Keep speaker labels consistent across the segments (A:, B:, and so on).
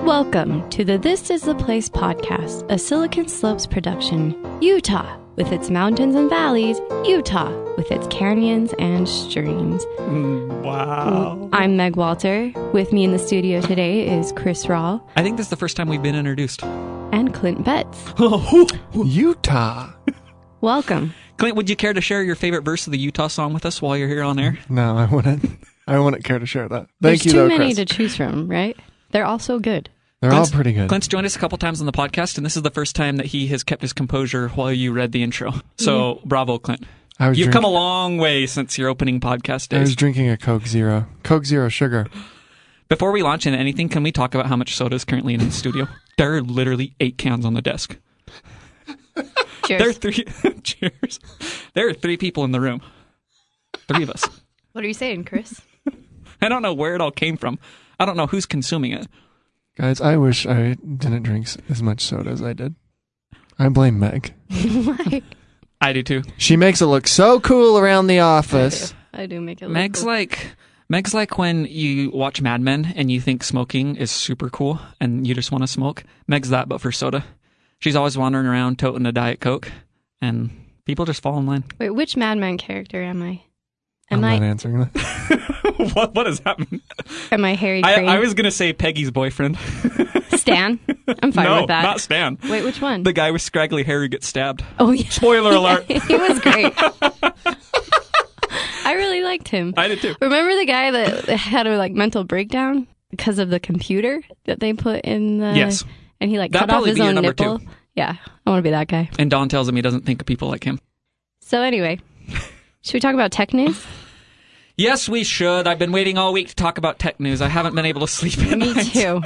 A: Welcome to the This Is the Place podcast, a Silicon Slopes production, Utah, with its mountains and valleys, Utah, with its canyons and streams.
B: Mm,
C: Wow.
A: I'm Meg Walter. With me in the studio today is Chris Rawl
C: I think this is the first time we've been introduced.
A: and Clint Betts.
B: Utah.
A: Welcome.
C: Clint, would you care to share your favorite verse of the Utah song with us while you're here on air?
B: No, I wouldn't. I wouldn't care to share that. Thank
A: There's
B: you,
A: too
B: though,
A: many
B: Chris.
A: to choose from, right? They're all so good.
B: They're all
C: Clint's,
B: pretty good.
C: Clint's joined us a couple times on the podcast, and this is the first time that he has kept his composure while you read the intro.
B: Mm-hmm.
C: So, bravo, Clint.
B: I was
C: You've
B: drink-
C: come a long way since your opening podcast
B: I was
C: days.
B: drinking a Coke Zero. Coke Zero sugar.
C: Before we launch into anything, can we talk about how much soda is currently in the studio? There are literally eight cans on the desk.
A: Cheers.
C: There are three. cheers. There are three people in the room. Three of us.
A: what are you saying, Chris?
C: I don't know where it all came from. I don't know who's consuming it.
B: Guys, I wish I didn't drink s- as much soda as I did. I blame Meg.
A: Why?
C: I do too.
B: She makes it look so cool around the office.
A: I do make it. look
C: Meg's
A: cool.
C: like Meg's like when you watch Mad Men and you think smoking is super cool and you just want to smoke. Meg's that, but for soda. She's always wandering around toting a diet coke, and people just fall in line.
A: Wait, which Mad Men character am I? Am
B: I'm not
A: I
B: answering that.
C: what what does that mean?
A: am I Harry
C: I,
A: Crane?
C: I was gonna say Peggy's boyfriend.
A: Stan. I'm fine
C: no,
A: with that.
C: not Stan.
A: Wait, which one?
C: The guy with scraggly hair who gets stabbed.
A: oh yeah.
C: Spoiler alert.
A: he was great. I really liked him.
C: I did too.
A: Remember the guy that had a like mental breakdown because of the computer that they put in the
C: Yes.
A: and he like
C: That'd
A: cut off
C: probably
A: his
C: be your
A: own
C: number
A: nipple. Yeah, I want to be that guy.
C: And Don tells him he doesn't think of people like him.
A: So anyway, should we talk about tech news?
C: Yes, we should. I've been waiting all week to talk about tech news. I haven't been able to sleep at
A: Me
C: night.
A: too.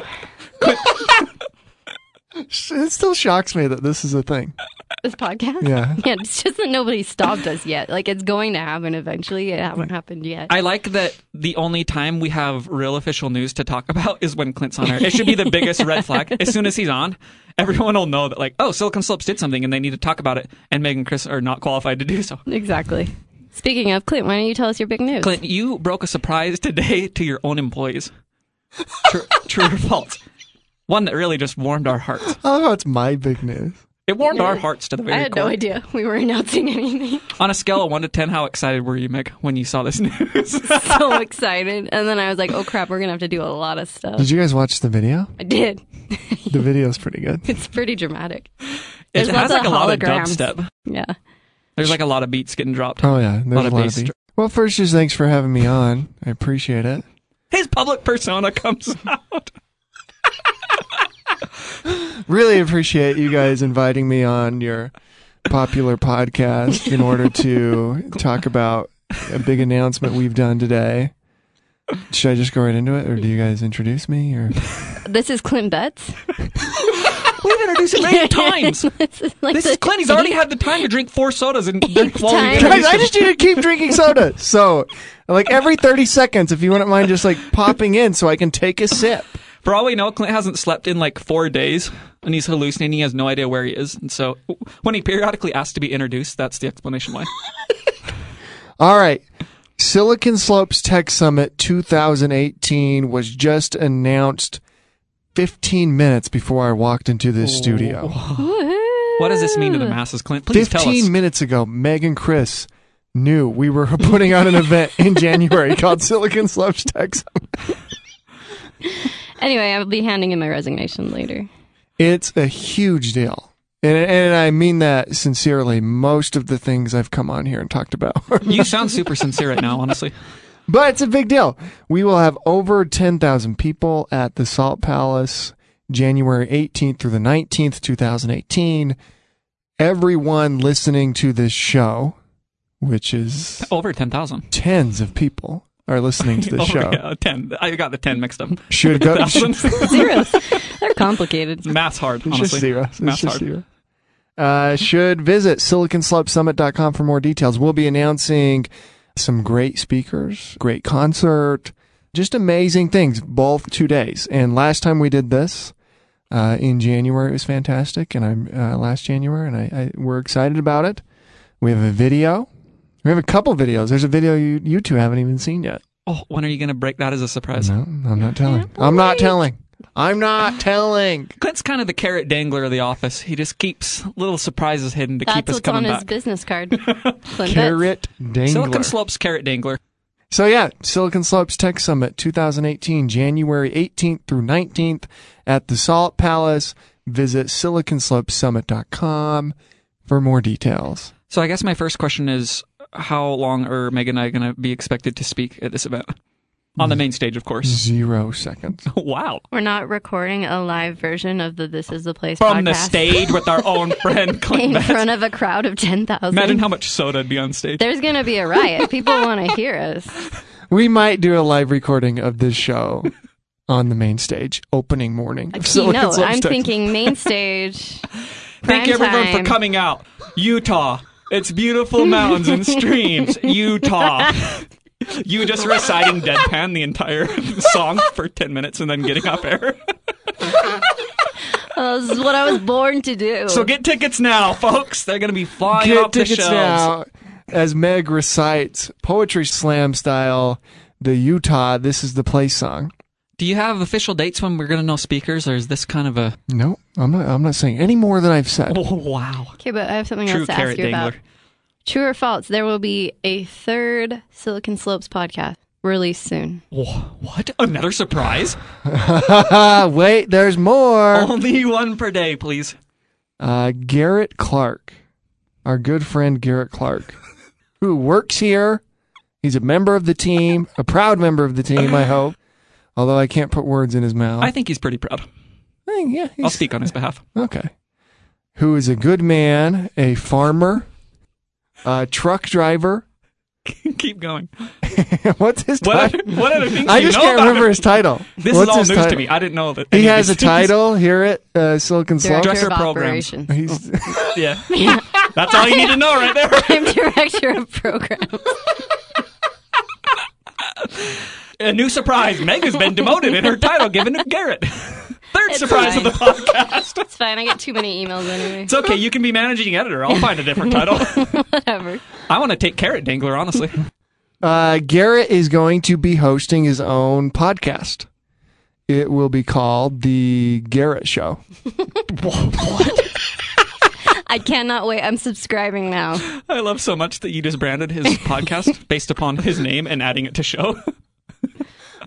B: It still shocks me that this is a thing.
A: This podcast.
B: Yeah.
A: Yeah, it's just that nobody stopped us yet. Like it's going to happen eventually. It hasn't happened yet.
C: I like that the only time we have real official news to talk about is when Clint's on air. It should be the biggest red flag. As soon as he's on, everyone will know that, like, oh, Silicon Slopes did something and they need to talk about it. And Meg and Chris are not qualified to do so.
A: Exactly. Speaking of Clint, why don't you tell us your big news?
C: Clint, you broke a surprise today to your own employees. True, true or false? One that really just warmed our hearts.
B: I love how it's my big news.
C: It warmed our hearts to the very
A: I had
C: core.
A: no idea we were announcing anything.
C: On a scale of one to ten, how excited were you, Meg, when you saw this news?
A: so excited. And then I was like, oh crap, we're going to have to do a lot of stuff.
B: Did you guys watch the video?
A: I did.
B: The video's pretty good.
A: It's pretty dramatic.
C: it
A: There's lots
C: has like
A: of
C: a lot of
A: holograms.
C: dubstep.
A: Yeah.
C: There's like a lot of beats getting dropped.
B: Oh, yeah. There's a lot of,
C: bass
B: beat.
C: dr-
B: Well, first, just thanks for having me on. I appreciate it.
C: His public persona comes out.
B: really appreciate you guys inviting me on your popular podcast in order to talk about a big announcement we've done today. Should I just go right into it, or do you guys introduce me? Or
A: This is Clint Betts.
C: We've introduced him many times.
A: this is like
C: This is
A: the
C: Clint. He's already
A: eighth-
C: had the time to drink four sodas and
A: Eight
C: while we
A: times.
B: guys,
C: introduced
B: I
C: him.
B: just need to keep drinking soda. So, like every thirty seconds, if you wouldn't mind just like popping in, so I can take a sip.
C: For all we know, Clint hasn't slept in like four days, and he's hallucinating. He has no idea where he is, and so when he periodically asks to be introduced, that's the explanation why.
B: All right. Silicon Slopes Tech Summit 2018 was just announced 15 minutes before I walked into this studio.
A: Woohoo.
C: What does this mean to the masses, Clint? Please tell
B: 15
C: us.
B: minutes ago, Meg and Chris knew we were putting on an event in January called Silicon Slopes Tech Summit.
A: Anyway, I'll be handing in my resignation later.
B: It's a huge deal. And, and I mean that sincerely. Most of the things I've come on here and talked about.
C: You sound super sincere right now, honestly.
B: but it's a big deal. We will have over 10,000 people at the Salt Palace January 18th through the 19th, 2018. Everyone listening to this show, which is
C: Over ten thousand.
B: tens of people are listening to
C: Over
B: this show
C: Oh, yeah, ten. I got the ten mixed up.
B: should go should,
C: Thousands.
A: Zeros. They're complicated.
C: Math's hard,
B: it's just
C: honestly.
B: zero.
C: Math's
B: It's
C: hard.
B: just zero. Uh, should visit siliconslopsummit.com for more details. We'll be announcing some great speakers, great concert, just amazing things both two days. And last time we did this uh, in January, it was fantastic. And I'm uh, last January, and I, I we're excited about it. We have a video. We have a couple videos. There's a video you, you two haven't even seen yet.
C: Oh, when are you going to break that as a surprise?
B: No, I'm not telling.
A: Can't
B: I'm not
A: wait.
B: telling. I'm not telling.
C: Clint's kind of the carrot dangler of the office. He just keeps little surprises hidden to
A: That's
C: keep us
A: what's on
C: coming
A: his
C: back.
A: business card. Clint Betts.
B: Carrot dangler.
C: Silicon Slopes carrot dangler.
B: So yeah, Silicon Slopes Tech Summit 2018, January 18th through 19th at the Salt Palace. Visit siliconslopessummit.com for more details.
C: So I guess my first question is how long are Meg and I going to be expected to speak at this event? On the main stage, of course.
B: Zero seconds.
C: wow.
A: We're not recording a live version of the This Is the Place
C: From the
A: podcast
C: stage with our own friend Clint
A: in
C: Betts.
A: front of a crowd of 10,000.
C: Imagine how much soda would be on stage.
A: There's going to be a riot. People want to hear us.
B: We might do a live recording of this show on the main stage opening morning. of Silicon
A: no,
B: Slopes
A: I'm
B: Tech-
A: thinking main stage.
C: Thank
A: prime
C: everyone
A: time.
C: for coming out. Utah. It's beautiful mountains and streams. Utah. You just reciting deadpan the entire song for 10 minutes and then getting off air.
A: Oh, this is what I was born to do.
C: So get tickets now, folks. They're going to be flying
B: Get
C: off the
B: tickets
C: shelves.
B: now as Meg recites poetry slam style the Utah This Is the Place song.
C: Do you have official dates when we're going to know speakers, or is this kind of a.
B: No, I'm not I'm not saying any more than I've said.
C: Oh, wow.
A: okay, but I have something
C: True
A: else to ask you
C: carrot dangler.
A: about. True or false? There will be a third Silicon Slopes podcast released soon.
C: Wh- What? Another surprise?
B: Ah, Wait, there's more.
C: Only one per day, please.
B: Uh, Garrett Clark, our good friend Garrett Clark, who works here. He's a member of the team, a proud member of the team, I hope. Although I can't put words in his mouth.
C: I Oh. think he's pretty proud.
B: I think, yeah,
C: I'll
B: he's,
C: speak on his behalf.
B: okay. Who is a good man, a farmer, a truck driver.
C: Keep going.
B: What's his
C: What
B: title?
C: other, what other things
B: I
C: do you
B: just
C: know
B: can't
C: about
B: remember
C: him?
B: his title.
C: This
B: What's
C: is all
B: his
C: news to
B: title?
C: me. I didn't know that.
B: He
C: any of
B: has a
C: these things-
B: title here at uh, Silicon Slopes.
A: Director
C: Dresser
A: of
C: program.
A: Operations.
B: He's,
C: Yeah. That's all you need to know right there.
A: I'm director of programs.
C: A new surprise. Meg has been demoted in her title given to Garrett. Third
A: It's
C: surprise
A: fine.
C: of the podcast.
A: It's fine. I get too many emails anyway.
C: It's okay. You can be managing editor. I'll find a different title.
A: Whatever.
C: I want to take Carrot Dangler, honestly.
B: Uh, Garrett is going to be hosting his own podcast. It will be called The Garrett Show.
A: I cannot wait. I'm subscribing now.
C: I love so much that you just branded his podcast based upon his name and adding it to show.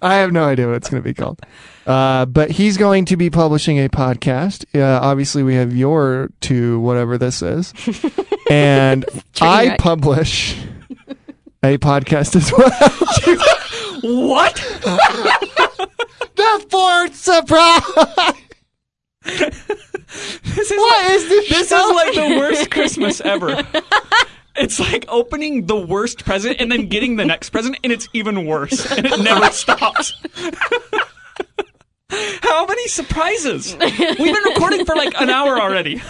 B: I have no idea what it's going to be called. Uh, but he's going to be publishing a podcast. Uh, obviously, we have your two, whatever this is. And I
A: wreck.
B: publish a podcast as well.
C: What?
B: the fourth surprise!
C: This is
B: What
C: like,
B: is this
C: This
B: show?
C: is like the worst Christmas ever. It's like opening the worst present and then getting the next present, and it's even worse, and it never stops. How many surprises? We've been recording for like an hour already.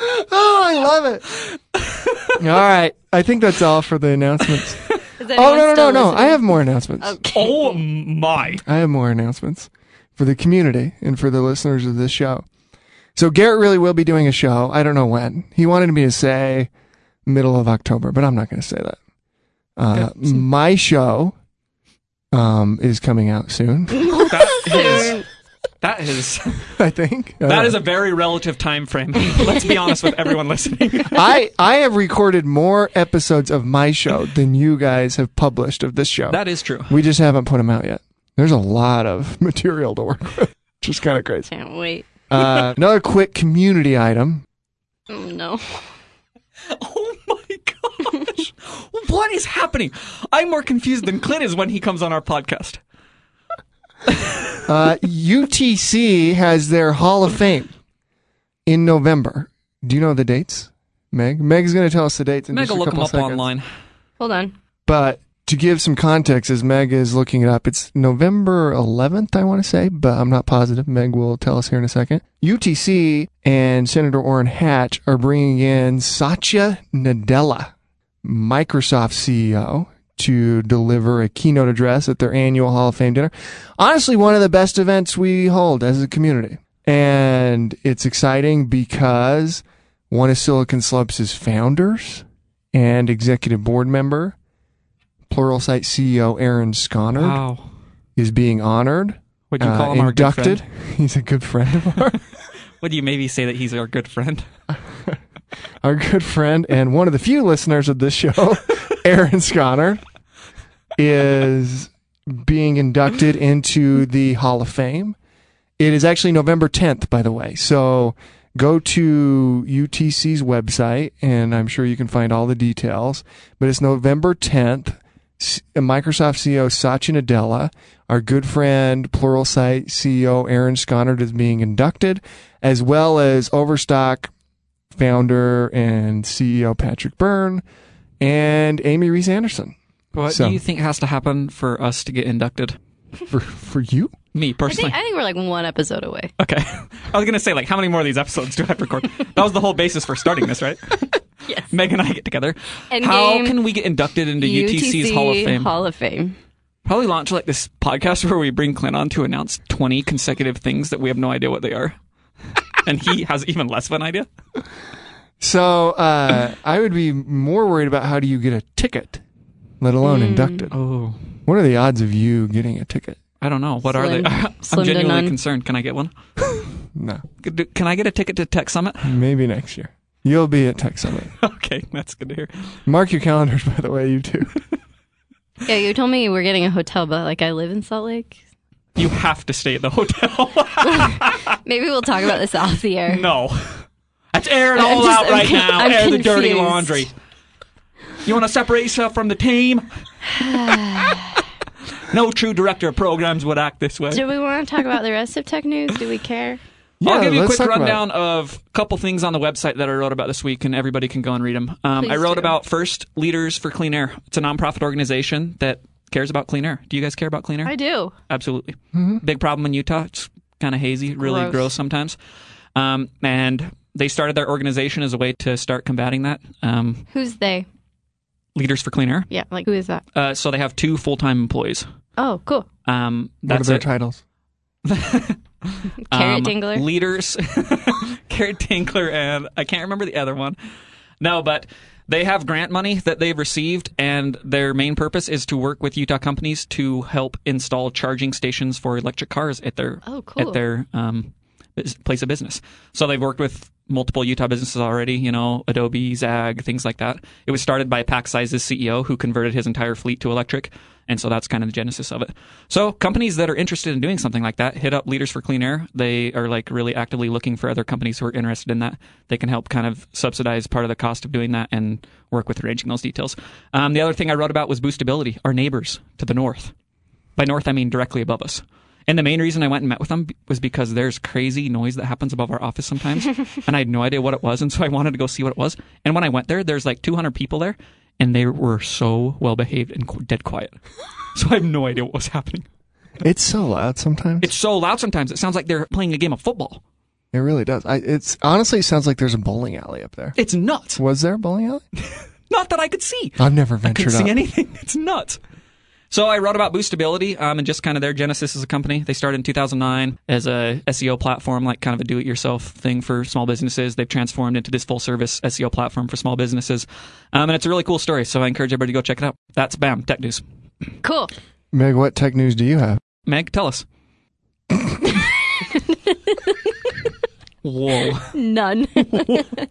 B: Oh, I love it. All right. I think that's all for the announcements.
A: Is
B: Oh,
A: anyone
B: no, no, no,
A: still
B: no. I
A: listening?
B: have more announcements.
C: Oh my.
B: I have more announcements for the community and for the listeners of this show. So Garrett really will be doing a show. I don't know when. He wanted me to say middle of October, but I'm not going to say that. Uh, my show um, is coming out soon.
C: That is. That is
B: I think Uh,
C: that is a very relative time frame. Let's be honest with everyone listening.
B: I I have recorded more episodes of my show than you guys have published of this show.
C: That is true.
B: we just haven't put them out yet. There's a lot of material to work with, which is kind of crazy.
A: Can't wait.
B: Uh, another quick community item
A: Oh, no.
C: Oh my gosh. what is happening? I'm more confused than Clint is when he comes on our podcast.
B: Uh, UTC has their Hall of Fame in November. Do you know the dates, Meg? Meg's going to tell us the dates in
C: Meg
B: just a
C: will look him
B: couple
C: up
B: seconds.
C: online.
A: Hold on.
B: But to give some context, as Meg is looking it up, it's November 11th, I want to say, but I'm not positive. Meg will tell us here in a second. UTC and Senator Orrin Hatch are bringing in Satya Nadella, Microsoft CEO, to deliver a keynote address at their annual Hall of Fame dinner. Honestly, one of the best events we hold as a community. And it's exciting because one of Silicon Slopes' founders and executive board member Pluralsight CEO E Aaron Sconard
C: Wow.
B: is being honored.
C: Would you call
B: uh,
C: him our good
B: inducted.
C: friend?
B: He's a good friend of ours.
C: Would you maybe say that he's our good friend?
B: our good friend and one of the few listeners of this show, Aaron Sconner, is being inducted into the Hall of Fame. It is actually November 10th, by the way. So go to UTC's website, and I'm sure you can find all the details. But it's November 10th. S- Microsoft CEO Satya Nadella, our good friend Pluralsight CEO Aaron Sconard is being inducted, as well as Overstock founder and CEO Patrick Byrne, and Amy Reese Anderson.
C: What
B: So-
C: do you think has to happen for us to get inducted?
B: For for you?
A: I
C: Me
A: think,
C: personally.
A: I think we're like one episode away.
C: okay. I was gonna say like how many more of these episodes do I have to record? that was the whole basis for starting this, right?
A: Yes.
C: Meg and I get together.
A: Endgame.
C: How can we get inducted into UTC's Hall of Fame?
A: Hall of Fame.
C: Probably launch like this podcast where we bring Clint on to announce 20 consecutive things that we have no idea what they are. and he has even less of an idea.
B: So uh, I would be more worried about how do you get a ticket, let alone inducted.
C: Oh.
B: What are the odds of you getting a ticket?
C: I don't know. What are they?
A: Slim- slim
C: I'm
A: to none.
C: genuinely concerned. Can I get one?
B: No,
C: Could do- Can I get a ticket to Tech Summit?
B: maybe next year. You'll be at Tech Summit.
C: Okay, that's good to hear.
B: Mark your calendars, by the way, you too.
A: Yeah, you told me we're getting a hotel, but like I live in Salt Lake.
C: You have to stay at the hotel.
A: Maybe we'll talk about this off the air.
C: no. Let's air it
A: I'm
C: all
A: just-
C: out
A: I'm
C: right
A: con-
C: now.
A: I'm
C: air the dirty
A: confused.
C: laundry. You want to separate yourself from the team? no true director of programs would act this way.
A: Do we want to talk about the rest of tech news? Do we care?
C: I'll give you a
B: let's
C: quick
B: talk about it.
C: rundown of a couple things on the website that I wrote about this week, and everybody can go and read them. Um, I
A: Please
C: wrote
A: do.
C: about First Leaders for Clean Air. It's a nonprofit organization that cares about clean air. Do you guys care about clean air?
A: I do.
C: Absolutely.
B: Mm-hmm.
C: Big problem in Utah. It's kind of hazy, really
A: Gross.
C: gross, sometimes. Um, and they started their organization as a way to start combating that. Um,
A: Who's they?
C: Leaders for Clean Air.
A: Yeah, like who is that?
C: Uh, so they have two full time employees.
A: Oh, cool.
C: Um,
B: What are
C: that's
B: their
C: it.
B: titles?
A: Carrot
C: um,
A: dingler.
C: leaders carrot dingler and i can't remember the other one no but they have grant money that they've received and their main purpose is to work with utah companies to help install charging stations for electric cars at their
A: Oh, cool.
C: at their um, bus- place of business so they've worked with multiple utah businesses already you know adobe zag things like that it was started by pack size's ceo who converted his entire fleet to electric and so that's kind of the genesis of it. So companies that are interested in doing something like that, hit up Leaders for Clean Air. They are like really actively looking for other companies who are interested in that. They can help kind of subsidize part of the cost of doing that and work with arranging those details. Um, the other thing I wrote about was boostability, our neighbors to the north. By north, I mean directly above us. And the main reason I went and met with them was because there's crazy noise that happens above our office sometimes. and I had no idea what it was. And so I wanted to go see what it was. And when I went there, there's like 200 people there. And they were so well behaved and qu- dead quiet. So I have no idea what was happening.
B: It's so loud sometimes.
C: It's so loud sometimes. It sounds like they're playing a game of football.
B: it really does. I, it's honestly it sounds like there's a bowling alley up there.
C: It's nuts.
B: Was there a bowling alley?
C: Not that I could see.
B: I've never
C: I couldn't
B: ventured up.
C: see anything. It's nuts. So I wrote about Boostability um, and just kind of their genesis as a company. They started in 2009 as a SEO platform, like kind of a do-it-yourself thing for small businesses. They've transformed into this full-service SEO platform for small businesses, um, and it's a really cool story. So I encourage everybody to go check it out. That's BAM Tech News.
A: cool.
B: Meg, what tech news do you have?
C: Meg, tell us. Whoa!
A: None.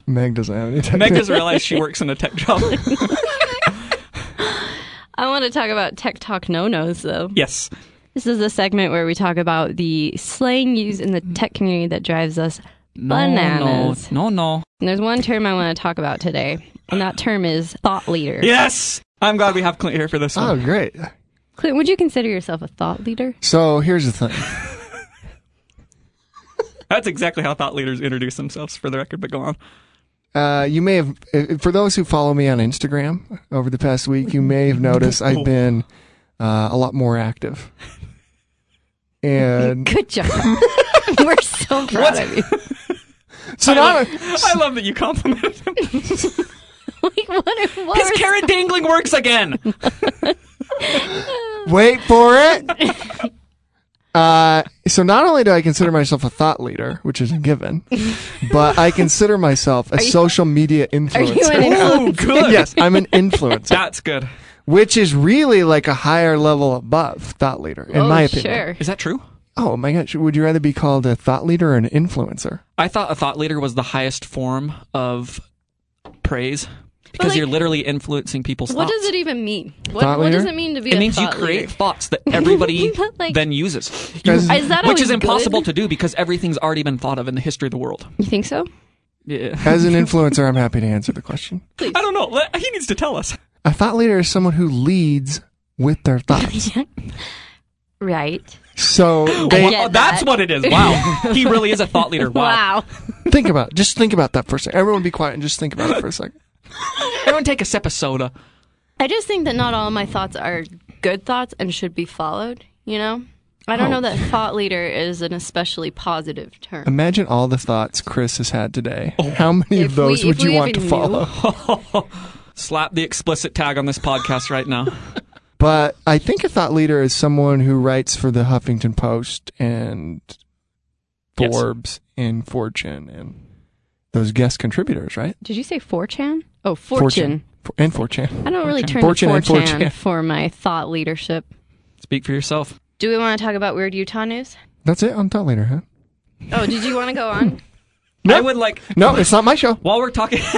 B: Meg doesn't have any tech
C: Meg
B: news.
C: doesn't realize she works in a tech job.
A: I want to talk about tech talk no nos though.
C: yes.
A: This is a segment where we talk about the slang used in the tech community that drives us bananas.
C: No, no, no, no.
A: And there's one term I want to talk about today, and that term is thought leader.
C: Yes. I'm glad we have Clint here for this
B: Oh,
C: one.
B: great.
A: Clint, would you consider yourself a thought leader?
B: So here's the thing.
C: That's exactly how thought leaders introduce themselves, for the record. But go on.
B: Uh, you may have, uh, for those who follow me on Instagram over the past week, you may have noticed
A: Oh.
B: I've been uh, a lot more active. And
A: Good job. We're so proud of you.
B: so now,
C: I love that you complimented him.
A: Like, what? what
C: His
A: were-
C: carrot dangling works again.
B: wait for it. Uh, so not only do I consider myself a thought leader, which is a given, but I consider myself a social media
A: are you
B: influencer.
A: an
C: Ooh, good.
B: yes, I'm an influencer.
C: That's good.
B: which is really like a higher level above thought leader, in
A: oh,
B: my opinion.
C: Is that true?
B: Oh my gosh, would you rather be called a thought leader or an influencer?
C: I thought a thought leader was the highest form of praise because
A: like,
C: you're literally influencing people's
A: What
C: thoughts.
A: does it even mean? What,
B: Thought
A: what does
B: leader?
A: it mean to be
C: It
A: a
C: means you
A: thought
C: create
A: leader?
C: thoughts that everybody
A: But, like-
C: then uses,
B: Because-
A: Is that
C: which
A: always
C: is impossible
A: good?
C: to do because everything's already been thought of in the history of the world.
A: You think so?
C: Yeah.
B: As an influencer, I'm happy to answer the question.
A: Please.
C: I don't know. Let- He needs to tell us.
B: A thought leader is someone who leads with their thoughts.
A: right.
B: So
A: I
B: they,
A: get
C: Wow, Oh, that's
A: that.
C: what it is. Wow. he really is a thought leader. Wow.
A: Wow.
B: think about just think about that for a second. Everyone be quiet and just think about it for a second.
C: Everyone take a sip of soda.
A: I just think that not all my thoughts are good thoughts and should be followed, you know? I don't
B: Oh.
A: know that thought leader is an especially positive term.
B: Imagine all the thoughts Chris has had today. How many
A: Oh. If
B: of those
A: we-
B: would
A: if
B: you
A: we
B: want to
A: even knew.
B: follow?
C: Slap the explicit tag on this podcast right now.
B: But I think a thought leader is someone who writes for the Huffington Post and
C: Yes.
B: Forbes and Fortune and those guest contributors, right?
A: Did you say 4chan? Oh, fortune.
B: For- And Fortune.
A: I don't really turn
B: Fortune
A: to
B: and
A: 4chan,
B: 4chan.
A: for my thought leadership.
C: Speak for yourself.
A: Do we want to talk about weird Utah news?
B: That's it on thought leader, huh?
A: Oh, did you want to go on?
C: I would like
B: No, it's not my show.
C: while we're talking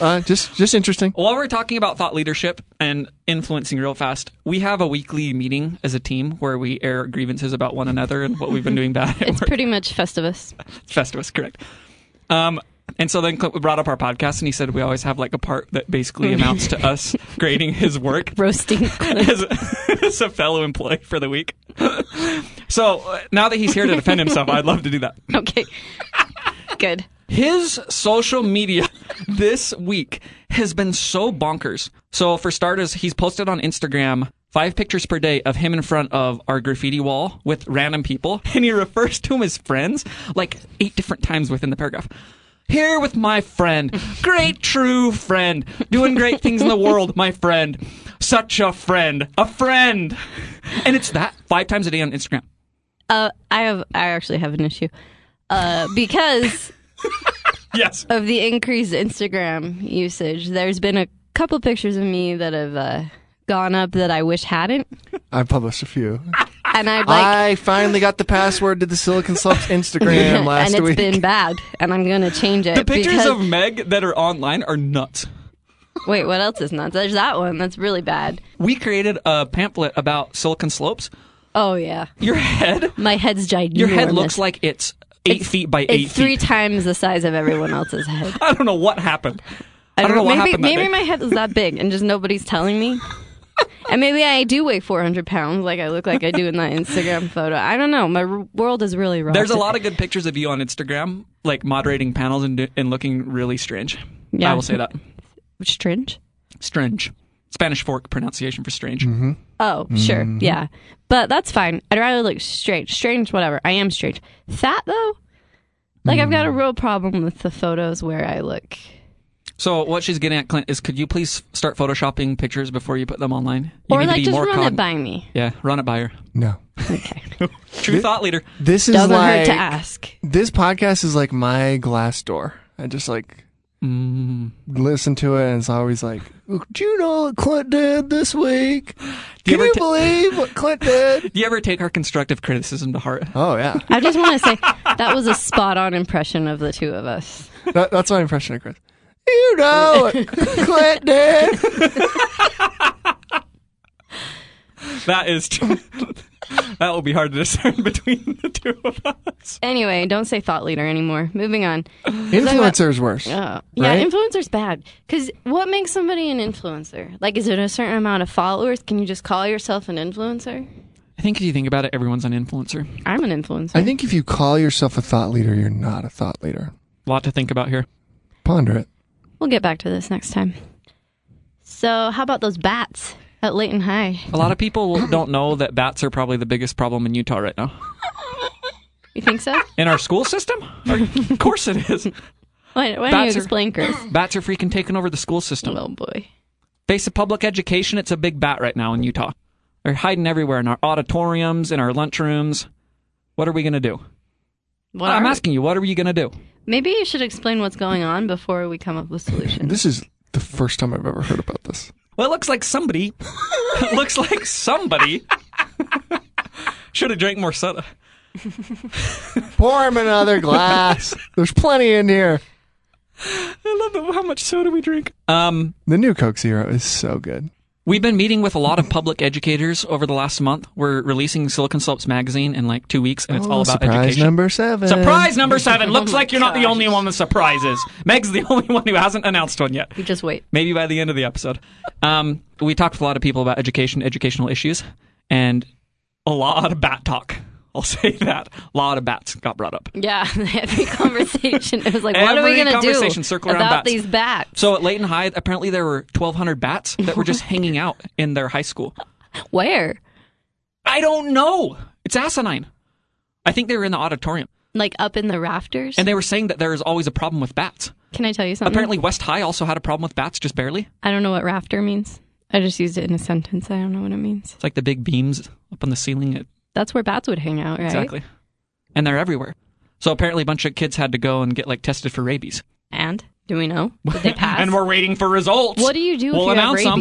B: Uh, just, just interesting.
C: While we're talking about thought leadership and influencing real fast, we have a weekly meeting as a team where we air grievances about one another and what we've been doing bad.
A: It's pretty much Festivus.
C: Festivus, correct. Um, and so then Clint brought up our podcast and he said we always have like a part that basically amounts to us grading his work
A: Roasting.
C: as, as a fellow employee for the week. so uh, now that he's here to defend himself, I'd love to do that.
A: okay. Good.
C: His social media this week has been so bonkers. So, for starters, he's posted on Instagram five pictures per day of him in front of our graffiti wall with random people, and he refers to him as friends like eight different times within the paragraph. Here with my friend, great true friend, doing great things in the world, my friend. Such a friend, a friend. And it's that five times a day on Instagram.
A: Uh, I have. I actually have an issue. Uh, because
C: Yes.
A: of the increased Instagram usage, there's been a couple pictures of me that have uh, gone up that I wish hadn't,
B: I published a few.
A: and I'd like,
B: I finally got the password to the Silicon Slopes Instagram last
A: and it's
B: week.
A: been bad, and I'm gonna change it.
C: The pictures
A: because,
C: of Meg that are online are nuts.
A: wait, what else is nuts? There's that one that's really bad.
C: we created a pamphlet about Silicon Slopes.
A: Oh yeah,
C: Your head,
A: my head's ginormous.
C: your head looks like it's eight feet by eight
A: it's three
C: feet.
A: times the size of everyone else's head.
C: I don't know what happened.
A: Oh,
C: I don't know what
A: maybe
C: happened. that
A: maybe
C: day.
A: my head is that big and just nobody's telling me. and maybe I do weigh 400 pounds like I look like I do in that Instagram photo. I don't know. My r- world is really wrong.
C: There's a lot of good pictures of you on Instagram, like moderating panels and, do- and looking really strange.
A: Yeah.
C: I will say that
A: strange.
C: strange. Spanish fork pronunciation for strange.
A: Oh, sure.
C: Mm.
A: Yeah. But that's fine. I'd rather look straight. Strange, whatever. I am strange. Fat though? Like I've
C: Mm.
A: got a real problem with the photos where I look.
C: So what she's getting at, Clint, is could you please start photoshopping pictures before you put them online? You
A: or
C: need to
A: like
C: be
A: just
C: more
A: run
C: cogn-
A: it by me.
C: Yeah, run it by her.
B: no.
A: Okay.
C: True thought leader.
B: This is
A: Doesn't
B: like
A: hurt to ask.
B: this podcast is like my glass door. I just like Mm. listen to it, and it's always like, "Do you know what Clint did this week?
C: you
B: Can
C: ever
B: you
C: ta-
B: believe what Clint did?"
C: Do you ever take her constructive criticism to heart?
B: Oh yeah,
A: I just want to say that was a spot on impression of the two of us.
B: that, that's my impression of Chris. You know what Clint did.
C: That is true. that will be hard to discern between the two of us.
A: Anyway, don't say thought leader anymore. Moving on.
B: Influencer is worse.
A: Uh, yeah,
B: Right?
A: influencer's bad. Because what makes somebody an influencer? Like, is it a certain amount of followers? Can you just call yourself an influencer?
C: I think if you think about it, everyone's an influencer.
A: I'm an influencer.
B: I think if you call yourself a thought leader, you're not a thought leader.
C: A lot to think about here.
B: Ponder it.
A: we'll get back to this next time. So, how about those bats at Layton High?
C: A lot of people don't know that bats are probably the biggest problem in Utah right now.
A: You think so?
C: In our school system? of course it is.
A: Why, why don't you
C: Bats are-
A: explain, Chris?
C: Bats are freaking taking over the school system.
A: Oh boy.
C: Face of public education, it's a big bat right now in Utah. They're hiding everywhere in our auditoriums, in our lunchrooms. What are we going to do?
A: What
C: I'm
A: are-
C: asking you, what are you going to do?
A: Maybe you should explain what's going on before we come up with solutions.
B: This is the first time I've ever heard about this.
C: Well, it looks like somebody. it looks like somebody. Should have drank more soda.
B: Pour him another glass. There's plenty in here.
C: I love the, how much soda we drink. Um,
B: The new Coke Zero is so good.
C: we've been meeting with a lot of public educators over the last month. We're releasing Silicon Slopes magazine in like two weeks, and it's all
B: Oh,
C: about
B: surprise
C: education.
B: number seven.
C: Surprise number seven. Looks
D: my
C: like you're not the
D: gosh.
C: only one with surprises. Meg's the only one who hasn't announced one yet.
D: You just wait.
C: Maybe by the end of the episode. Um, we talked with a lot of people about education, educational issues, and a lot of bat talk. I'll say that. A lot of bats got brought up.
D: Yeah, every conversation. It was like, what are
C: Every
D: we going to do
C: conversation circle around
D: about
C: bats.
D: these bats?
C: So at Leighton High, apparently there were 1,200 bats that were just hanging out in their high school.
D: Where?
C: I don't know. It's asinine. I think they were in the auditorium,
D: Like up in the rafters?
C: and they were saying that there is always a problem with bats.
A: Can I tell you something?
D: Mm.
C: Apparently, West High also had a problem with bats, just barely.
A: I don't know what rafter means. I just used it in a sentence. I don't know what it means.
C: It's like the big beams up on the ceiling. It,
A: That's where bats would hang out, right?
C: Exactly. And they're everywhere. So apparently, a bunch of kids had to go and get like tested for rabies.
A: And do we know?
D: Did they pass?
C: And we're waiting for results.
D: what do you do
C: We'll
D: if you have
C: announce 'em.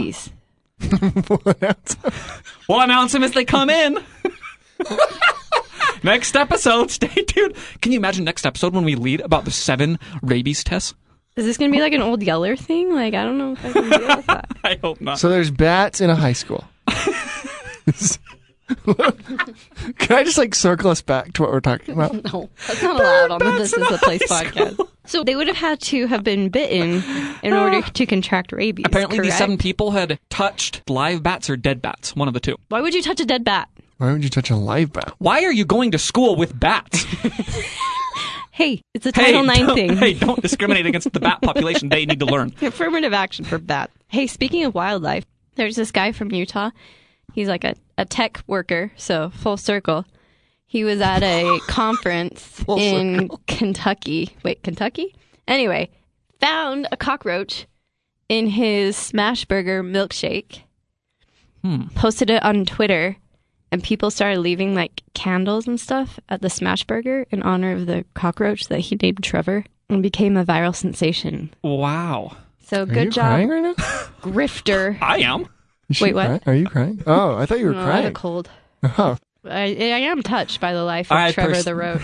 D: rabies?
C: We'll announce them as they come in. next episode, stay tuned. Can you imagine next episode when we lead about the seven rabies tests?
A: Is this going to be like an old Yeller thing? Like, I don't know if I can deal with that.
C: I hope not.
B: So there's bats in a high school. Can I just like circle us back to what we're talking about?
D: No, that's not allowed on the This
C: in
D: Is the Place
C: high
D: podcast.
A: So they would have had to have been bitten in order to contract rabies.
C: Apparently, these
A: correct?
C: seven people had touched live bats or dead bats, one of the two.
D: Why would you touch a dead bat?
B: Why would you touch a live bat?
C: Why are you going to school with bats?
A: Hey, it's a
C: hey,
A: Title IX
C: don't-
A: thing.
C: hey, don't discriminate against the bat population. They need to learn.
A: Affirmative action for bats.
D: Hey, speaking of wildlife, there's this guy from Utah. He's like a, a tech worker, so full circle. He was at a conference in Kentucky. Wait, Kentucky? Anyway, found a cockroach in his smash burger milkshake.
A: Posted it on Twitter, and people started leaving like candles and stuff at the Smash Burger in honor of the cockroach that he named Trevor and became a viral sensation.
C: Wow.
A: So
B: Are you
A: good job,
B: crying right now?
A: grifter.
C: I am.
B: Is she
A: Wait, what?
B: crying? Are you crying? Oh, I thought you were
A: Oh, I had a
B: crying.
A: cold.
B: Oh,
A: I, I am touched by the life of
C: I
A: Trevor
C: pers-
A: the Roach.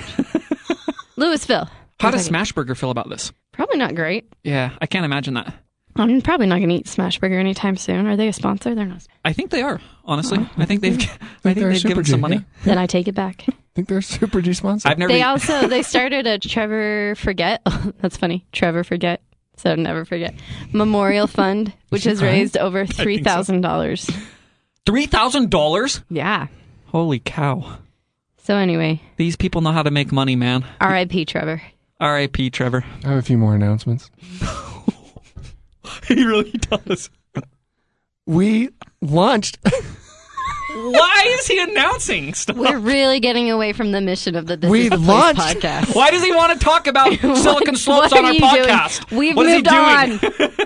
A: Louisville.
C: How does Smashburger feel about this?
A: Probably not great.
C: Yeah, I can't imagine that.
A: I'm probably not going to eat Smashburger anytime soon. Are they a sponsor? They're not.
C: I think they are, honestly. I think they've I think
B: they're
C: they've
B: Super
C: given
B: G,
C: some money.
B: yeah.
A: Then I take it back.
B: I think they're Super G sponsor.
C: I've never
A: They also they started a Trevor Forget. that's funny. Trevor Forget. So never forget. Memorial Fund, which has raised over three thousand dollars.
C: three thousand dollars?
A: Yeah.
C: Holy cow.
A: So anyway,
C: These people know how to make money, man.
A: R.I.P. Trevor.
C: R.I.P. Trevor.
B: I have a few more announcements.
C: He really does.
B: We launched
C: Why is he announcing stuff?
D: We're really getting away from the mission of the This
B: Oh. We
D: Is the Place
B: launched-
D: podcast.
C: Why does he want to talk about Silicon Slopes
D: what
C: on
D: are
C: our
D: you doing?
C: podcast?
D: We've
C: What is he
D: moved
C: doing?
D: on.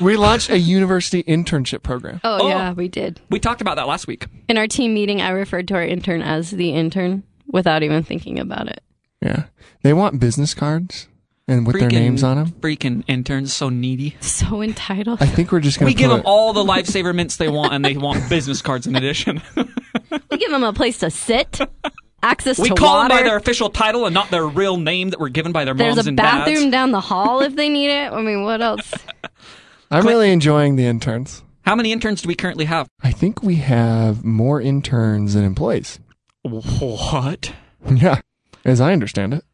B: we launched a university internship program.
A: Oh,
C: Oh.
A: yeah, we did.
C: We talked about that last week.
A: In our team meeting, I referred to our intern as the intern without even thinking about it.
B: Yeah. They want business cards and with their names on them.
C: Freaking interns so needy.
A: So entitled.
B: I think we're just going
C: We
B: to put
C: give them all the lifesaver mints they want, and they want business cards in addition.
D: We give them a place to sit, access
C: We
D: to
C: call
D: water.
C: them by their official title and not their real name that were given by their
D: There's
C: moms
D: a
C: and
D: bathroom
C: dads.
D: down the hall if they need it. I mean, what else?
B: I'm really enjoying the interns.
C: How many interns do we currently have?
B: I think we have more interns than employees.
C: What?
B: Yeah. As I understand it.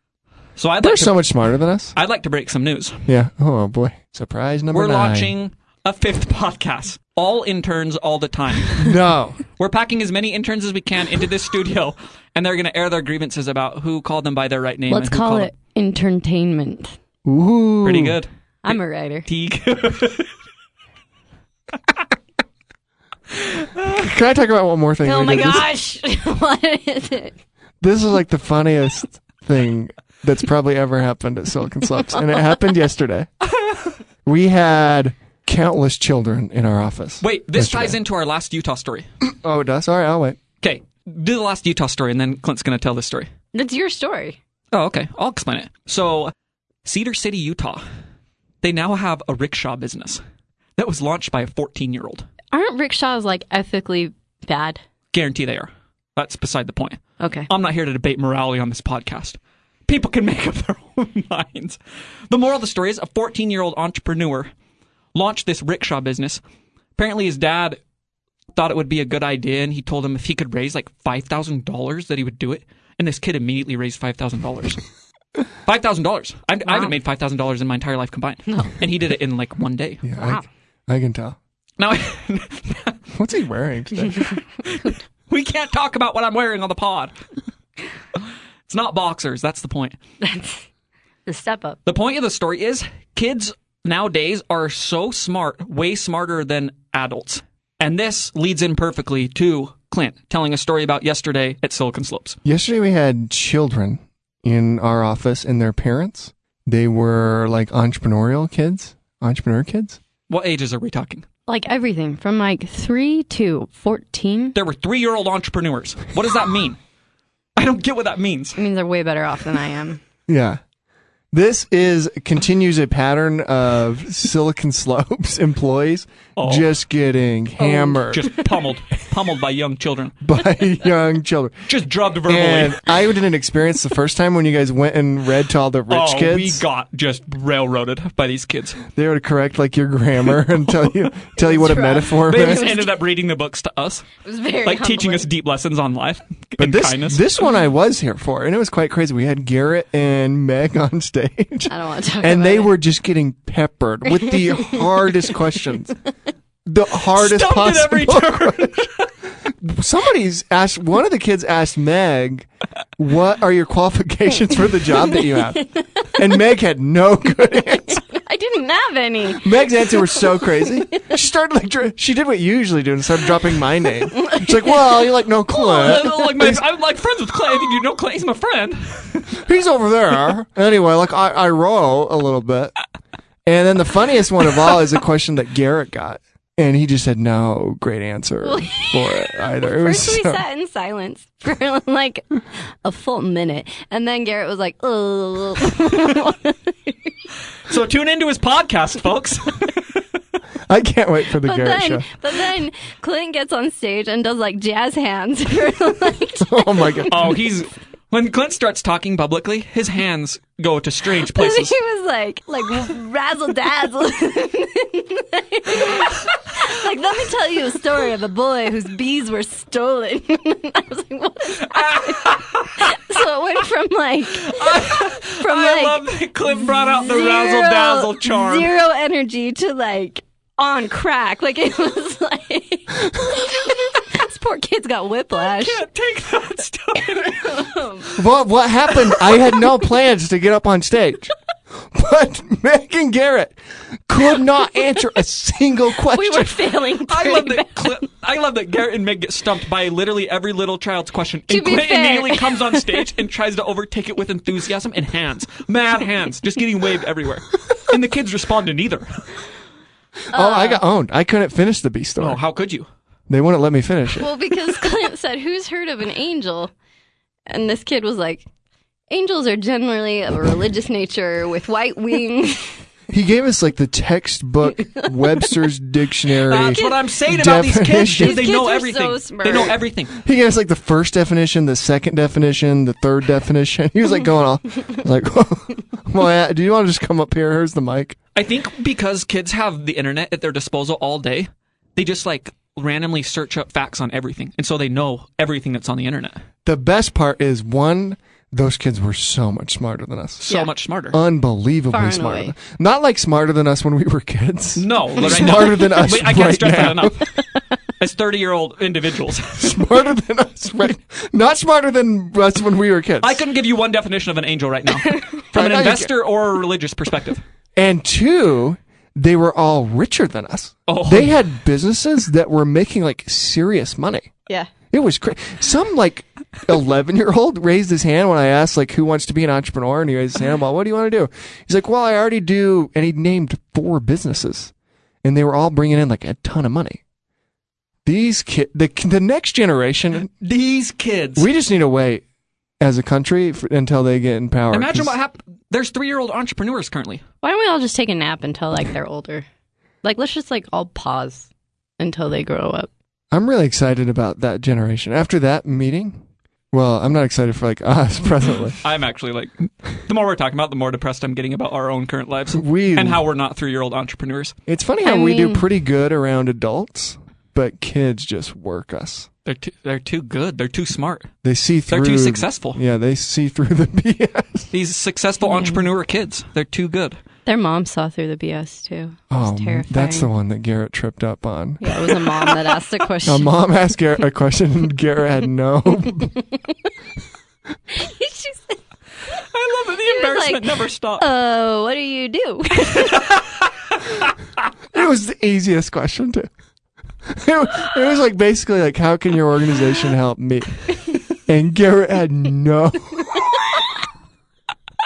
C: So I'd
B: They're
C: like to,
B: so much smarter than us.
C: I'd like to break some news.
B: Yeah. Oh boy. Surprise number
C: We're
B: nine.
C: launching a fifth podcast. All interns all the time.
B: No.
C: We're packing as many interns as we can into this studio and they're going to air their grievances about who called them by their right name.
A: Let's
C: and who
A: call
C: called
A: it entertainment.
B: Ooh.
C: them. pretty good.
A: I'm a writer.
C: Pretty good.
B: Can I talk about one more thing?
D: Oh
B: we
D: my
B: did? This-
D: gosh. what is it?
B: This, is like the funniest thing that's probably ever happened at Silicon Slopes, and it happened yesterday. We had countless children in our office.
C: Wait, this
B: yesterday.
C: ties into our last Utah story.
B: Oh, it does. All right, I'll wait.
C: Okay, do the last Utah story and then Clint's going to tell this story.
D: That's your story.
C: Oh, okay. I'll explain it. So, Cedar City, Utah, they now have a rickshaw business. that was launched by a 14 year old.
D: Aren't rickshaws like ethically bad?
C: Guarantee they are. That's beside the point.
D: Okay.
C: I'm not here to debate morality on this podcast. People can make up their own minds. The moral of the story is a 14 year old entrepreneur launched this rickshaw business. Apparently, his dad thought it would be a good idea, and he told him if he could raise like $5,000 that he would do it. And this kid immediately raised $5,000. $5,000. I I haven't made $5,000 in my entire life combined. And he did it in like one day.
B: Yeah, I, I can tell.
C: Now,
B: What's he wearing? today?
C: we can't talk about what I'm wearing on the pod. it's not boxers. That's the point.
D: That's the step up.
C: The point of the story is kids nowadays are so smart, way smarter than adults. And this leads in perfectly to Clint telling a story about yesterday at Silicon Slopes.
B: Yesterday we had children in our office and their parents. They were like entrepreneurial kids, entrepreneur kids.
C: What ages are we talking?
D: Like everything from like three to 14.
C: There were three year old entrepreneurs. What does that mean? I don't get what that means.
D: I mean, they're way better off than I am.
B: Yeah. This is continues a pattern of Silicon Slopes employees just getting hammered
C: Oh. Just pummeled, pummeled by young children,
B: by young children.
C: just drugged verbally.
B: And I didn't experience the first time when you guys went and read to all the rich
C: oh,
B: kids.
C: we got just railroaded by these kids.
B: they would correct like your grammar and tell you tell you what a metaphor
C: They just
B: meant.
C: ended up reading the books to us,
D: It was very
C: like teaching
D: humbling.
C: us deep lessons on life
B: But
C: and
B: this
C: kindness.
B: this one I was here for, and it was quite crazy. We had Garrett and Meg on stage,
D: I don't want to talk
B: and
D: about
B: they
D: it.
B: were just getting peppered with the hardest questions, the hardest
C: Stumped at
B: possible.
C: every turn.
B: Somebody's asked. One of the kids asked Meg, "What are your qualifications for the job that you have?" And Meg had no good answer.
D: I didn't have any.
B: Meg's answers were so crazy. She started like dr- she did what you usually do and started dropping my name. She's like, "Well, you're like no Clint.
C: like my, I'm like friends with Clay. I think you know Clay. He's my friend.
B: He's over there." Anyway, like I, I roll a little bit, and then the funniest one of all is a question that Garrett got, and he just had no great answer for it either. It was
D: First, we
B: so-
D: sat in silence for like a full minute, and then Garrett was like, "Oh,
C: So tune into his podcast, folks.
B: I can't wait for the
D: But
B: Garrett
D: then,
B: show.
D: but then Clint gets on stage and does like jazz hands for like
B: Oh my god!
C: oh, he's when Clint starts talking publicly, his hands go to strange
D: he
C: places.
D: was like like razzle dazzle. like let me tell you a story of a boy whose bees were stolen. I was like, what? Is happening? so it went from like from
C: I
D: like
C: love that Clint brought out the
D: zero-
C: razzle dazzle charm.
D: zero energy to like on crack. Like it was like this poor kid's got whiplash.
C: Can't take that stuff.
B: Well, what happened? I had no plans to get up on stage, but Meg and Garrett could not answer a single question.
D: We were failing.
C: I love
D: pretty
C: that. Clint, I love that Garrett and Meg get stumped by literally every little child's question,
D: To
C: and
D: be
C: Clint
D: fair.
C: immediately comes on stage and tries to overtake it with enthusiasm and hands, mad hands, just getting waved everywhere. And the kids respond to neither.
B: Oh, I got owned. I couldn't finish the B story.
C: Uh, Oh, how could you?
B: They wouldn't let me finish it.
D: Well, because Clint said, "Who's heard of an angel?" And this kid was like, "Angels are generally of a religious nature with white wings."
B: He gave us like the textbook Webster's Dictionary.
C: That's what I'm saying about these kids.
B: Definition.
C: is They
D: These
C: know
D: kids are
C: everything.
D: so smart.
C: They know everything.
B: He gave us like the first definition, the second definition, the third definition. He was like going all I was like, well, yeah, do you want to just come up here? Here's the mic.
C: I think because kids have the internet at their disposal all day, they just like randomly search up facts on everything, and so they know everything that's on the internet.
B: The best part is one, those kids were so much smarter than us.
C: So
D: Yeah.
C: much smarter.
B: Uh, Unbelievably
D: Far and
B: smarter.
D: away.
B: than- Not like smarter than us when we were kids.
C: no, but right now-
B: Smarter than us
C: Wait, I
B: right
C: can't stress
B: now.
C: that enough. As thirty-year-old individuals,
B: Smarter than us right Not smarter than us when we were kids.
C: I couldn't give you one definition of an angel right now, from
B: I
C: an
B: know you
C: investor or a religious perspective.
B: And two, they were all richer than us.
C: Oh.
B: They had businesses that were making like serious money.
D: yeah.
B: It was crazy. Some like 11 year old raised his hand when I asked like who wants to be an entrepreneur and he raised his hand. I'm like, what do you want to do? He's like, well, I already do. And he named four businesses and they were all bringing in like a ton of money. These kid, the, the next generation,
C: These kids.
B: we just need to wait as a country f until they get in power.
C: Imagine
B: 'cause
C: what happened. There's three-year-old entrepreneurs currently.
D: Why don't we all just take a nap until like they're older? Like, let's just like all pause until they grow up.
B: I'm really excited about that generation. After that meeting, well, I'm not excited for like us presently.
C: I'm actually like, the more we're talking about, the more depressed I'm getting about our own current lives
B: We
C: and how we're not three year old entrepreneurs.
B: It's funny how
D: I
B: we do
D: mean-
B: pretty good around adults, but kids just work us.
C: They're too, they're too good. They're too smart.
B: They see
C: They're
B: through.
C: too successful.
B: Yeah, they see through the BS.
C: These successful entrepreneur kids, they're too good.
D: Their mom saw through the BS too. It was
B: Oh,
D: terrifying.
B: that's the one that Garrett tripped up on.
D: Yeah, it was a mom that asked the question.
B: A mom asked Garrett a question, and Garrett had no.
D: She said,
C: I love it.
D: was
C: The embarrassment
D: like,
C: never stops.
D: "Oh, what do you do?"
B: It was the easiest question to. It wa- it was like basically like, how can your organization help me? And Garrett had no.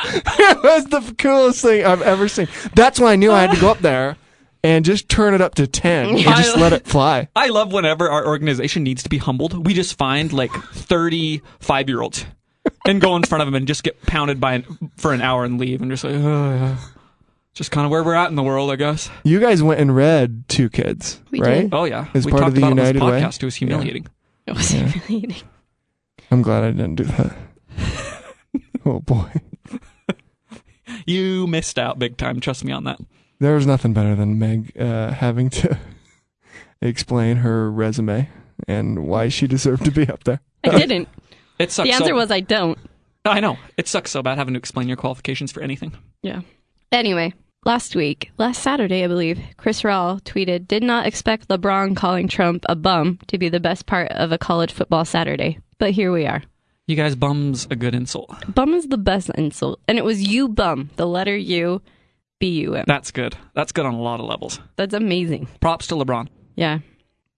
B: it was the coolest thing I've ever seen. That's when I knew I had to go up there and just turn it up to ten and just let it fly.
C: I love whenever our organization needs to be humbled. We just find like 35 year olds and go in front of them and just get pounded by an, for an hour and leave and just like, oh, yeah. Just kind of where we're at in the world, I guess.
B: You guys went and read Two Kids,
D: We
B: right?
D: did.
C: Oh, yeah.
B: As
C: we
B: part
C: talked
B: of the
C: about
B: United
C: it on
B: Way?
C: this podcast. It was humiliating.
D: It was humiliating.
B: I'm glad I didn't do that. oh boy,
C: You missed out big time. Trust me on that.
B: there was nothing better than Meg uh, having to explain her resume and why she deserved to be up there.
D: I didn't.
C: It sucks.
D: The answer
C: so,
D: was I don't.
C: I know. It sucks so bad having to explain your qualifications for anything.
D: Yeah. Anyway, last week, last Saturday, I believe, Chris Rawl tweeted, "Did not expect LeBron calling Trump a bum to be the best part of a college football Saturday, but here we are."
C: You guys, bum's a good insult.
D: Bum is the best insult, and it was you bum, the letter U, B U M.
C: That's good. That's good on a lot of levels.
D: That's amazing.
C: Props to LeBron.
D: Yeah.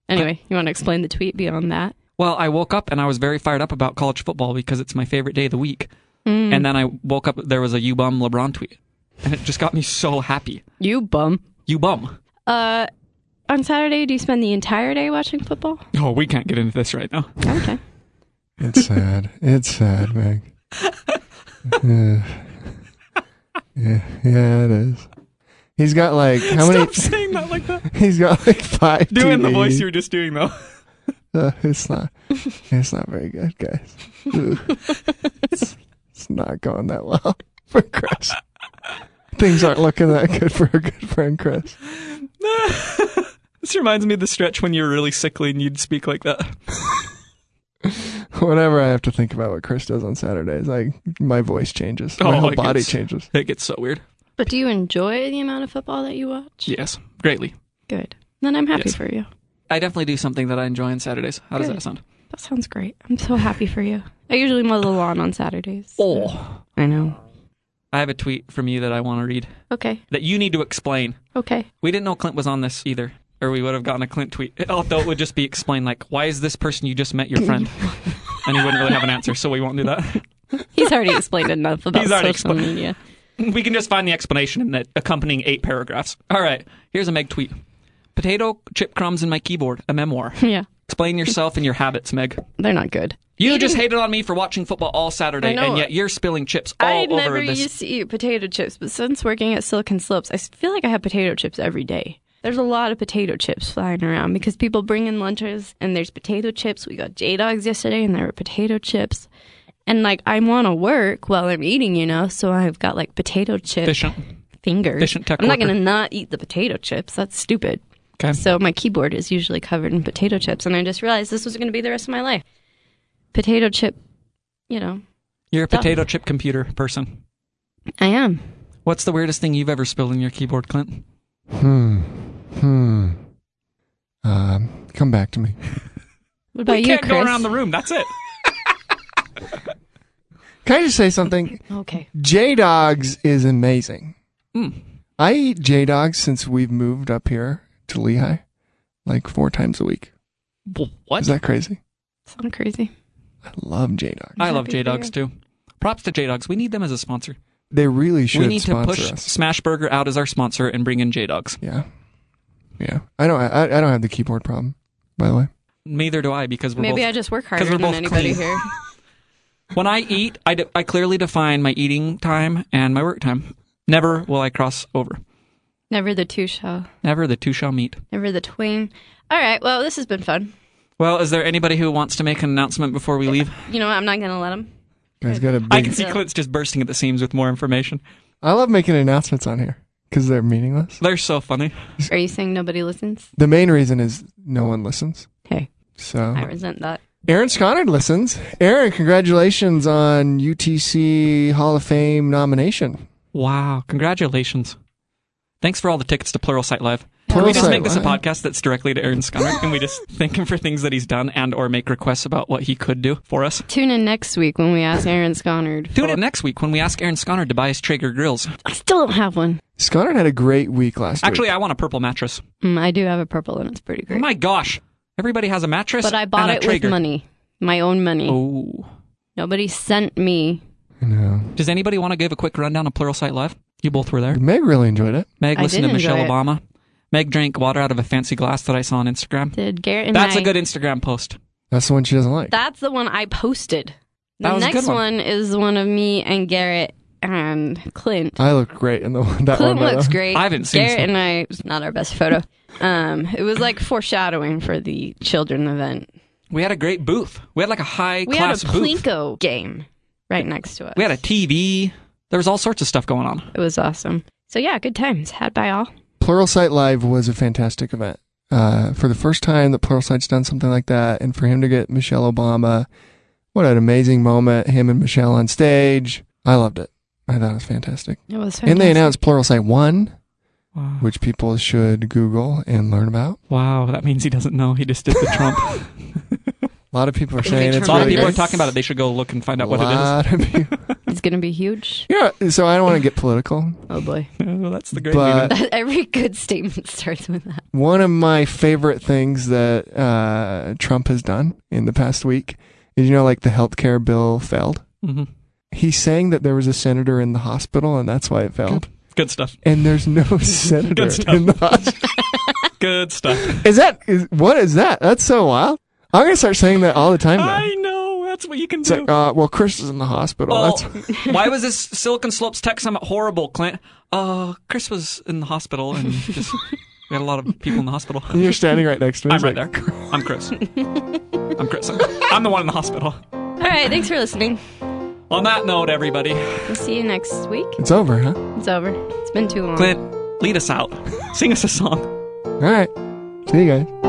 D: Anyway, you want to explain the tweet beyond that?
C: Well, I woke up and I was very fired up about college football because it's my favorite day of the week.
D: Hmm.
C: And then I woke up, there was a U bum LeBron tweet. And it just got me so happy.
D: You bum.
C: You bum.
D: Uh, on Saturday, do you spend the entire day watching football?
C: Oh, we can't get into this right now.
D: Okay.
B: It's sad. It's sad, Meg. yeah. yeah, yeah, it is. He's got like how
C: Stop saying that like that.
B: many? He's got like five.
C: Doing the voice
B: TVs.
C: you were just doing, though.
B: Uh, it's not. It's not very good, guys. it's, it's not going that well for Chris. Things aren't looking that good for our good friend Chris.
C: This reminds me of the stretch when you were really sickly and you'd speak like that.
B: Whenever I have to think about what Chris does on Saturdays, like my voice changes, my
C: Oh,
B: whole
C: it
B: body
C: gets-
B: changes.
C: It gets so weird.
D: But do you enjoy the amount of football that you watch?
C: Yes, greatly.
D: Good. Then I'm happy
C: Yes.
D: for you.
C: I definitely do something that I enjoy on Saturdays. How does
D: Good.
C: that sound?
D: That sounds great. I'm so happy for you. I usually mow the lawn on Saturdays.
C: Oh,
D: I know.
C: I have a tweet from you that I want to read
D: Okay.
C: that you need to explain.
D: Okay.
C: We didn't know Clint was on this either, or we would have gotten a Clint tweet. Although it would just be explained, like, why is this person you just met your friend? And he wouldn't really have an answer, so we won't do that.
D: He's already explained enough about
C: He's
D: social
C: already expla-
D: media.
C: We can just find the explanation in the accompanying eight paragraphs. All right, here's a Meg tweet Potato chip crumbs in my keyboard, a memoir.
D: Yeah.
C: Explain yourself and your habits, Meg.
D: They're not good.
C: You just hated on me for watching football all
D: I
C: Saturday,
D: know.
C: and yet you're spilling chips all
D: I
C: over
D: never
C: this.
D: used to eat potato chips, but since working at Silicon Slopes, I s- feel like I have potato chips every day. There's a lot of potato chips flying around because people bring in lunches and there's potato chips. We got J Dogs yesterday and there were potato chips. And like, I want to work while I'm eating, you know, so I've got like potato chip
C: Efficient.
D: fingers.
C: efficient tech
D: I'm not
C: worker.
D: going to not eat the potato chips. That's stupid.
C: Okay.
D: So my keyboard is usually covered in potato chips. And I just realized this was going to be the rest of my life. Potato chip, you know,
C: You're a
D: Done.
C: potato chip computer person.
D: I am.
C: What's the weirdest thing you've ever spilled in your keyboard, Clint?
B: Hmm. Hmm. Um, come back to me.
D: What about
C: we
D: you,
C: can't
D: Chris?
C: go around the room. That's it.
B: Can I just say something?
D: Okay.
B: J Dogs is amazing.
C: Hmm.
B: I eat J Dogs since we've moved up here to Lehigh, like four times a week.
C: W- What?
B: Is that crazy?
D: Sound crazy.
B: I love J Dogs.
C: I love
D: happy for
C: J Dogs too. Props to J Dogs. We need them as a sponsor.
B: They really should
C: we need to
B: sponsor
C: push
B: us.
C: Smashburger out as our sponsor and bring in J Dogs.
B: Yeah, yeah. I don't. I, I don't have the keyboard problem. By the way,
C: Neither do I because we're
D: Maybe I
C: both.
D: just work
C: 'cause
D: harder
C: we're
D: than
C: both
D: anybody
C: clean.
D: here.
C: When I eat, I, de- I clearly define my eating time and my work time. Never will I cross over.
D: Never the two shall,
C: Never the two shall meet.
D: never the twain. All right. Well, this has been fun.
C: Well, is there anybody who wants to make an announcement before we leave?
D: You know, what? I'm not gonna let him.
B: Guys, got a
C: I
B: big,
C: can see Clint's just bursting at the seams with more information.
B: I love making announcements on here because they're meaningless.
C: They're so funny.
D: Are you saying nobody listens?
B: The main reason is no one listens.
D: Hey,
B: So
D: I resent that.
B: Aaron Sconnard listens. Aaron, congratulations on UTC Hall of Fame nomination.
C: Wow. Congratulations. Thanks for all the tickets to Pluralsight Live. Can we just
B: Pluralsight
C: make this a
B: Live.
C: podcast that's directly to Aaron Sconnard? Can we just thank him for things that he's done and or make requests about what he could do for us?
D: Tune in next week when we ask Aaron Sconnard.
C: Tune in next week when we ask Aaron Sconnard to buy us Traeger grills.
D: I still don't have one.
B: Sconnard had a great week last
C: Actually,
B: week.
C: I want a purple mattress.
D: Mm, I do have a purple and it's pretty
C: Oh
D: great.
C: my gosh. Everybody has a mattress.
D: but I bought
C: and a
D: it
C: Traeger.
D: with money, my own money.
C: Oh.
D: Nobody sent me.
B: Actually, no.
C: Does anybody want to give a quick rundown of Pluralsight Live? You both were there.
B: Meg really enjoyed it.
C: Meg
D: I
C: listened
D: did
C: to Michelle
D: enjoy it.
C: Obama. Meg drank water out of a fancy glass that I saw on Instagram.
D: Did Garrett and
C: That's
D: I?
C: a good Instagram post.
B: That's the one she doesn't like.
D: That's the one I posted. The
C: That was a
D: next
C: good one.
D: is one of me and Garrett and Clint.
B: I look great in the one that
D: Clint
B: one. by the
D: looks
B: way.
D: great.
C: Uh, I haven't seen
D: Garrett
C: some-
D: and I it's not our best photo. Um, it was like foreshadowing for the children event.
C: We had a great booth. We had like a high
D: We
C: class
D: had a
C: booth.
D: plinko game right next to us.
C: We had a TV. There was all sorts of stuff going on.
D: it was awesome. So yeah, good times had by all.
B: Pluralsight Live was a fantastic event. Uh, for the first time that Pluralsight's done something like that, and for him to get Michelle Obama, what an amazing moment! Him and Michelle on stage. I loved it. I thought it was fantastic.
D: It was
B: And they announced Pluralsight One,
C: Wow.
B: which people should Google and learn about.
C: Wow, that means he doesn't know. He just did the Trump.
B: A lot of people are
D: Is it
B: saying
C: a
B: it's
C: lot
B: really
C: of people are
B: good.
C: talking about it. They should go look and find out what it
B: lot of people.
D: it's going to be huge.
B: Yeah, so I don't want to get political,
D: Oh boy,
C: is. Oh, that's the great
B: but
D: every good statement starts with that.
B: One of my favorite things that uh, Trump has done in the past week is, you know, like the healthcare bill failed.
C: hmm
B: He's saying that there was a senator in the hospital and that's why it failed.
C: Good stuff.
B: And there's no senator
C: Good stuff.
B: in the hospital.
C: Good stuff.
B: Is that is, what is that? That's so wild. I'm gonna start saying that all the time now.
C: I know. That's what you can
B: It's
C: do.
B: like, uh, well, Chris is in the hospital.
C: Well,
B: that's
C: why was this Silicon Slopes Tech Summit horrible, Clint? Uh, Chris was in the hospital and just, we had a lot of people in the hospital.
B: and you're standing right next to me.
C: I'm
B: It's
C: right
B: like,
C: there. I'm Chris. I'm Chris. I'm the one in the hospital.
D: All right, thanks for listening.
C: On that note, everybody,
D: We'll see you next week.
B: It's over, huh?
D: It's over. It's been too long.
C: Clint, lead us out. Sing us a song.
B: All right. See you guys.